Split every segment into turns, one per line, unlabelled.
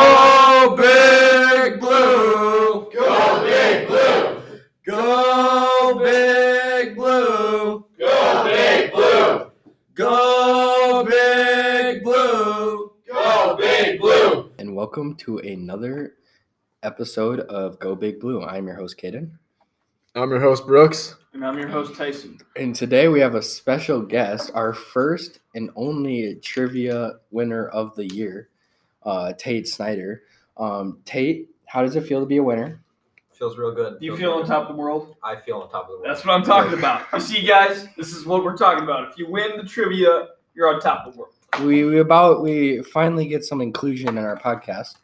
Go Big Blue!
Go Big Blue!
Go Big Blue!
Go Big Blue!
Go Big Blue!
Go Big Blue!
and welcome to another episode of Go Big Blue. I'm your host, Kaden.
I'm your host, Brooks.
And I'm your host, Tyson.
And today we have a special guest, our first and only trivia winner of the year, uh, Tate Snyder. Um, Tate, how does it feel to be a winner?
Feels real good.
You
Feels
feel
real
on
good.
top of the world?
I feel on top of the world.
That's what I'm talking about. You see, guys, this is what we're talking about. If you win the trivia, you're on top of the world.
We, we about we finally get some inclusion in our podcast.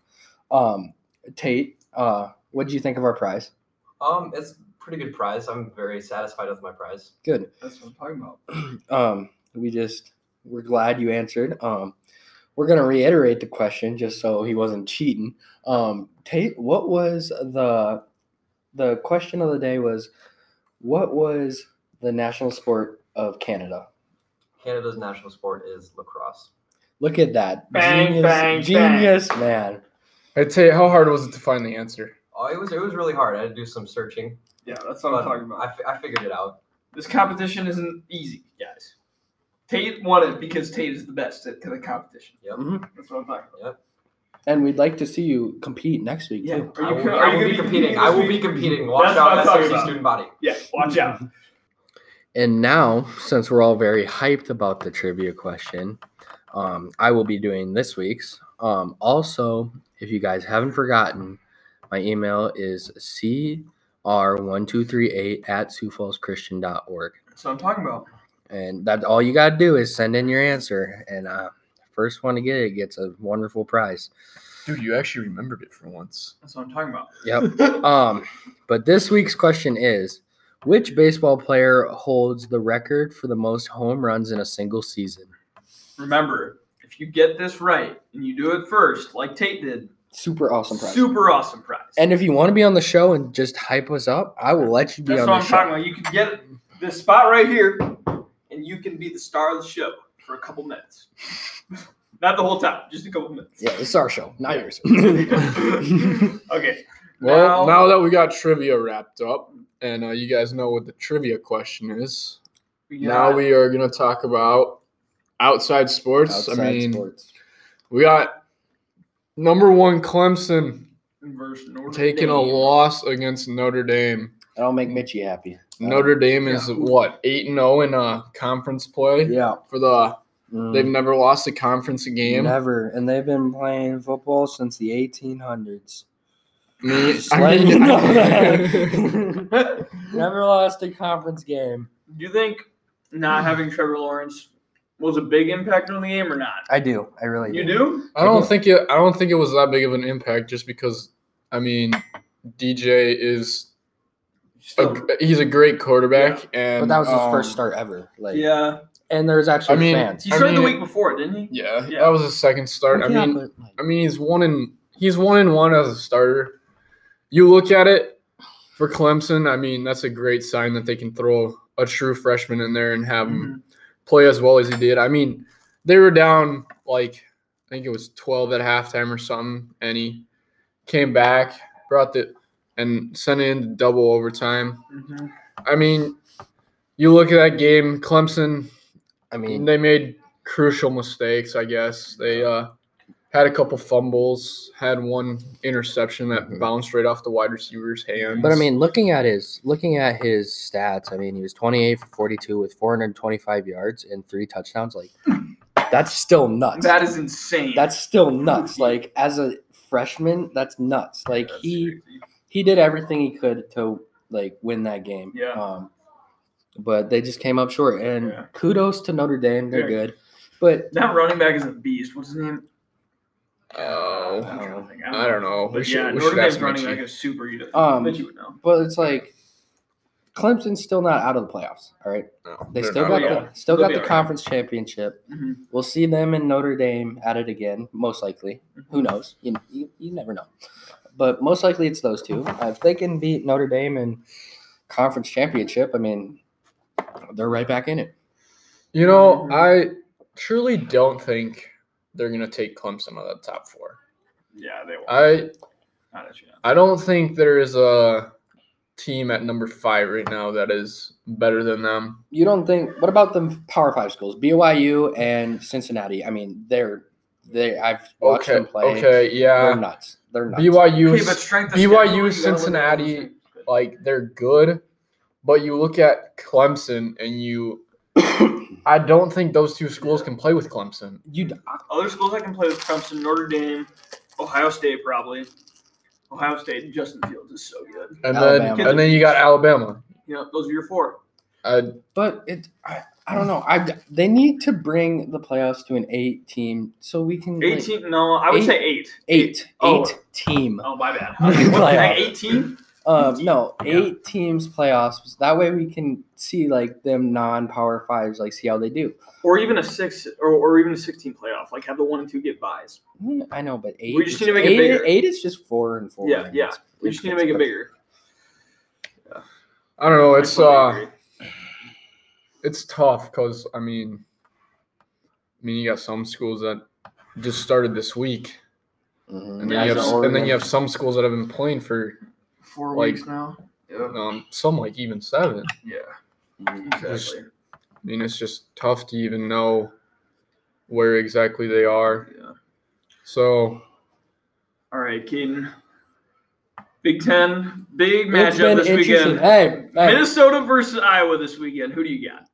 Um, Tate, uh, what do you think of our prize?
Um, it's a pretty good prize. I'm very satisfied with my prize.
Good.
That's what I'm talking about.
Um, we just we're glad you answered. Um, we're gonna reiterate the question just so he wasn't cheating. Um, Tate, what was the the question of the day was what was the national sport of Canada?
Canada's national sport is lacrosse.
Look at that.
Bang,
genius,
bang, bang.
genius man.
Hey, Tate, how hard was it to find the answer?
Oh, it was it was really hard. I had to do some searching,
Yeah, that's what
but
I'm talking about.
I, fi- I figured it out.
This competition isn't easy, guys. Tate won it because Tate is the best at the competition.
Yep.
Mhm.
That's what I'm talking about.
And we'd like to see you compete next week
Yeah.
too.
Are you,
I will,
co-
be-
are
I
you
will
gonna
be competing. I
this
will be
week?
competing. Watch
That's what I'm
out,
talking
SRC
about.
student body.
Yeah, watch out.
And now, since we're all very hyped about the trivia question, um, I will be doing this week's. Um, also, if you guys haven't forgotten, my email is cr1238 at siouxfallschristian.org.
That's what I'm talking about.
And that all you got to do is send in your answer. And uh, first one to get it gets a wonderful prize.
Dude, you actually remembered it for once.
That's what I'm talking about.
Yep. um, but this week's question is which baseball player holds the record for the most home runs in a single season?
Remember, if you get this right and you do it first, like Tate did,
Super awesome prize.
super awesome prize.
And if you want to be on the show and just hype us up, I will let you be
That's
on the
what I'm
show.
talking about. You can get this spot right here, and you can be the star of the show for a couple minutes. Not the whole time, just a couple minutes.
Yeah, this is our show, not yours.
okay.
Well,
now,
now that we got trivia wrapped up, and uh, you guys know what the trivia question is, now we are going to talk about outside sports. I mean,
sports.
we got number one Clemson
Inverse Notre
taking a
Dame.
loss against Notre Dame.
That'll make Mitchie happy. Uh,
Notre Dame is what, 8 and 0 in uh, conference play?
Yeah.
For the
Mm.
they've never lost a conference game.
Never. And they've been playing football since the 1800s.
Me,
Just
I
letting
mean,
you know that. Never lost a conference game.
Do you think
Mm.
not having Trevor Lawrence was a big impact on the game or not?
I do. I really
You do?
I don't think it. I don't think it was that big of an impact, just because. I mean, DJ is a,
Still-
he's a great quarterback, and
Oh. But that was his
um,
first start ever. Like,
yeah.
And there's actually
I mean,
fans.
He
I
started the
mean-
week before, didn't he?
Yeah,
Yeah.
that was his second start. I
Yeah,
mean,
but, like,
I mean, he's one in he's one in one as a starter. You look at it for Clemson. I mean, that's a great sign that they can throw a true freshman in there and have
Mm-hmm.
him play as well as he did. I mean, they were down like I think it was 12 at halftime or something, and he came back, brought the and sent it into double overtime.
Mhm.
I mean, you look at that game, Clemson,
I mean,
they made crucial mistakes, I guess. They uh had a couple fumbles, had one interception that
Mhm.
bounced right off the wide receiver's hands.
But I mean, looking at his looking at his stats, I mean, he was 28 for 42 with 425 yards and three touchdowns. Like, that's still nuts.
That is insane.
that's still nuts. Like as a freshman, that's nuts. Like
That's
he
crazy.
he did everything he could to like win that game.
Yeah.
Um, but they just came up short. And
Yeah.
kudos to Notre Dame. They're
Yeah.
good. But
That running back is a beast. What's his name?
oh,
I'm trying to think.
I don't know. We
But
should,
yeah,
we
Notre
should
Dame's
ask
running
Mitchie.
back is super. You don't,
Um,
but you would know.
but it's like Clemson's still not out of the playoffs. All right.
No,
They
they're
still
not
got
at all.
the still
They'll
got
be
the
all right.
conference championship.
Mm-hmm.
Mhm.
We'll see them in Notre Dame at it again, most likely. Who knows? You, you, you never know. But most likely it's those two. Uh, If they can beat Notre Dame in conference championship, I mean, they're right back in it.
You know,
Mhm.
I truly don't think they're going to take Clemson out of the top four.
Yeah, they won't.
I
Not a chance.
I don't think there is a team at number five right now that is better than them.
You don't think? What about the Power Five schools, BYU and Cincinnati? I mean, they're they. I've watched
Okay.
them play.
Okay.
They're
Yeah.
nuts. They're nuts.
BYU.
Okay,
's-
but strength of
BYU,
schedule, you gotta look at all those
Cincinnati,
things.
like they're good, but you look at Clemson and you I don't think those two schools can play with Clemson.
you
Other schools I can play with Clemson, Notre Dame, Ohio State probably. Ohio State, Justin Fields is so good.
And
Alabama.
then and then you got Alabama.
You know, those are your four.
Uh,
But it, I, I don't know. I they need to bring the playoffs to an eight team so we can like,
Eighteen? No, I would
Eight?
say eight.
eight
Oh.
eight team.
Oh, my bad.
Playoff.
Okay, what the heck, Eighteen?
Um, no,
Yeah.
eight teams playoffs. That way we can see like them non power fives, like see how they do.
Or even a six, or, or even a sixteen playoff. Like have the one and two get buys.
Mm, I know, but eight.
We just
is-
need to make it
eight,
bigger.
Eight is just four and four.
Yeah,
and
yeah.
it's-
We just need to make it bigger.
I don't know.
I
It's
totally
uh,
agree.
it's tough because I mean, I mean you got some schools that just started this week,
Mhm.
and
Yeah,
then you
so
have and then you have some schools that have been playing for
four
like-
weeks now. Yeah,
um, some like even seven.
yeah, Mm-hmm.
Mhm.
Just-
exactly.
I mean it's just tough to even know where exactly they are.
Yeah.
So
All right, Keaton. Big Ten, big
It's been
matchup this
interesting.
weekend.
Hey, hey,
Minnesota versus Iowa this weekend. Who do you got?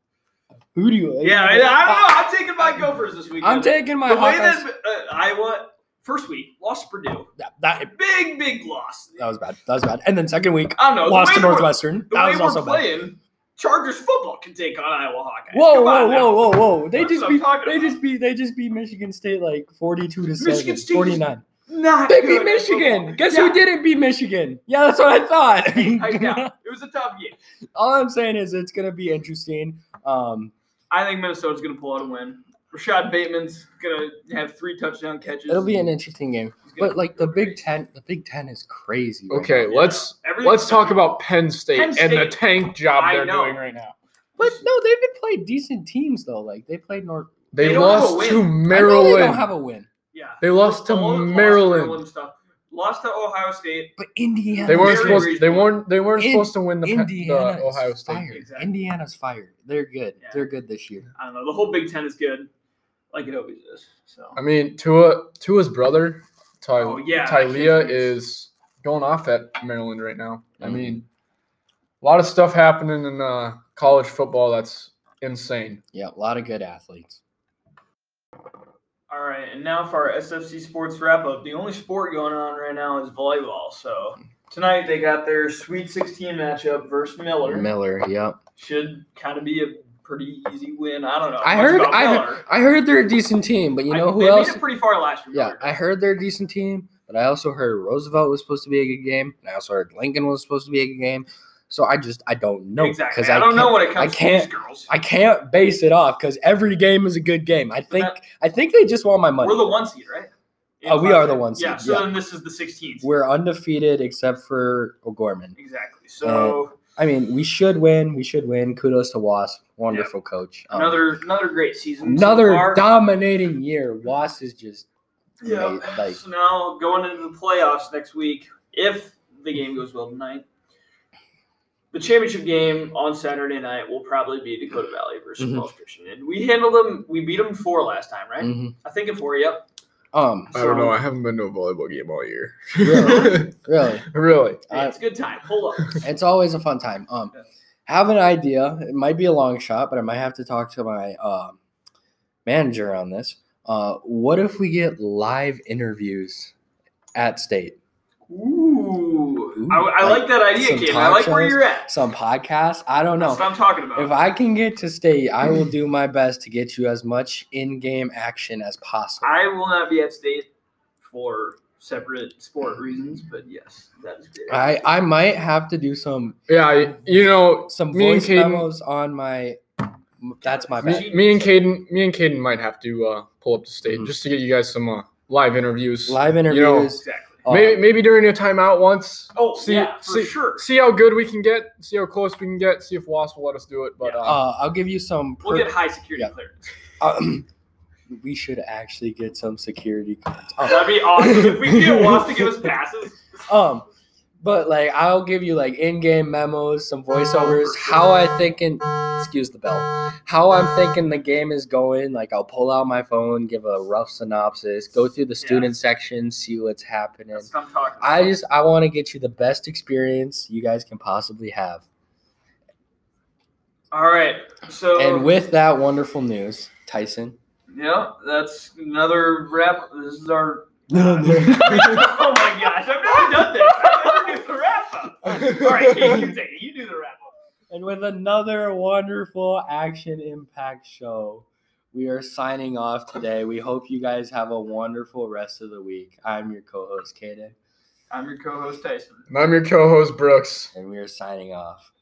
who do you?
Yeah, I, I don't know. I'm taking my Gophers this weekend.
I'm taking my
the way that
Hawkeyes.
uh, Iowa first week lost Purdue,
That, that
big big loss.
that was bad. That was bad. And then second week
I don't know.
Oh. lost to
the way we're-
Northwestern.
The
that
way
was
we're
also bad.
playing, Chargers football can take on Iowa Hawkeyes.
Whoa,
Come
whoa,
on now.
whoa, whoa, whoa! They
That's
just
what I'm
beat.
talking
They
about.
just beat. They just beat Michigan State like forty-two to
Michigan
seven,
State is-
49.
Not
They
good
beat
at
Michigan.
football.
Guess
yeah,
who didn't beat Michigan? Yeah, that's what I thought.
I- yeah, it was a tough game.
All I'm saying is it's gonna be interesting. Um,
I think Minnesota's going to pull out a win. Rashad Bateman's going to have three touchdown catches.
it'll be an interesting game.
He's gonna
But like
go
the Big
crazy.
Ten, the Big Ten is crazy. right
okay,
Yeah.
let's
Everything-
let's talk about Penn State,
Penn
and the
State.
tank job
I
they're
know.
doing right now.
But no, they've been playing decent teams though. Like they played North.
They,
They don't have a
lost to
I know They
Maryland.
don't have a win,
Yeah.
They lost to
All-
Maryland.
stuff. Lost to Ohio State.
but Indiana.
They weren't
Very
supposed. They
reasonable.
weren't. They weren't
In-
supposed to win the, Pe- the
Indiana. is
Ohio State.
Fired.
game.
Exactly.
Indiana's fired. They're good.
Yeah.
They're good this year.
I don't know. The whole Big Ten is good, like it always is. So
Uh,
I mean, Tua Tua's brother, Ty,
Oh, yeah, that
Tylea,
kid's-
is going off at Maryland right now. I
Mhm.
mean, a lot of stuff happening in uh, college football that's insane.
Yeah, a lot of good athletes.
all right, and now for our SFC sports wrap up. The only sport going on right now is volleyball. So tonight they got their Sweet 16 matchup versus Miller.
Miller. Yep.
Should kind of be a pretty easy win. I don't know.
I
much
heard.
about
I
Miller.
heard, I heard they're a decent team, but you know
I-
who
they
else?
Made it pretty far last year.
Yeah,
Miller.
I heard they're a decent team, but I also heard Roosevelt was supposed to be a good game, and I also heard Lincoln was supposed to be a good game. So I just I don't know
exactly.
I,
I, don't know
can't-
when it comes
I can't.
to these girls.
I can't base it off because every game is a good game. I think
that-
I think they just want my money.
We're the one seed, right?
Oh, we are the one
Yeah.
seed,
So
yeah.
then this is the 16th.
We're undefeated except for O'Gorman.
Exactly. So
I mean, we should win. We should win. Kudos to Wasp, wonderful coach. Um,
another another great season. so
another
far.
dominating year. Wasp is just
yeah.
amazing. Like,
So now going into the playoffs next week, if the game goes well tonight, the championship game on Saturday night will probably be Dakota Valley versus
Mhm.
Falls Christian, and we handled them. We beat them four last time, right?
mhm.
I think in four. Yep.
um,
I don't know.
So-
I haven't been to a volleyball game all year.
Really? really,
really.
Hey, it's a good time. Hold up.
it's always a fun time. Um,
Yeah.
have an idea. It might be a long shot, but I might have to talk to my um manager on this. Uh, what if we get live interviews at state?
Ooh,
Ooh,
I, I
like
like that idea,
some
Kim. I like where
tacos.
you're at.
Some podcast? I don't know.
That's what I'm talking about.
If I can get to state, I will do my best to get you as much in-game action as possible.
I will not be at state for separate sport reasons, but yes, that is great.
I, I might have to do some
Yeah. I, you know,
some
Me and
voice
Caden-
memos on my. That's my bad.
me, me and Caden, me and Caden might have to uh, pull up to state
Mhm.
just to get you guys some uh, live interviews.
Live
know,
interviews.
exactly.
um,
maybe maybe during your timeout once.
Oh,
see-
yeah, for
see-
sure.
See how good we can get. See how close we can get. See if Wasp will let us do it. But
Yeah.
uh,
uh, I'll give you some.
We'll
per-
get high security
yeah.
clearance.
um, we should actually get some security cards.
That'd
Oh,
be awesome. if we get wants to give us passes,
um, but like I'll give you like in-game memos, some voiceovers, how I thinking. Excuse the bell. How I'm thinking the game is going. Like I'll pull out my phone, give a rough synopsis, go through the
Yeah.
student section, see what's happening.
that's what I'm talking.
I
about.
just I want to get you the best experience you guys can possibly have.
All right. So
And with that wonderful news, Tyson.
yeah, that's another wrap. This is our.
All
Oh my gosh! I've never done this. I never do the wrap up. All right, Kate, you take it. You do the wrap up.
And with another wonderful Action Impact show, we are signing off today. We hope you guys have a wonderful rest of the week. I'm your co host, Kaden,
I'm your co-host Tyson.
And I'm your co host, Brooks.
and we are signing off.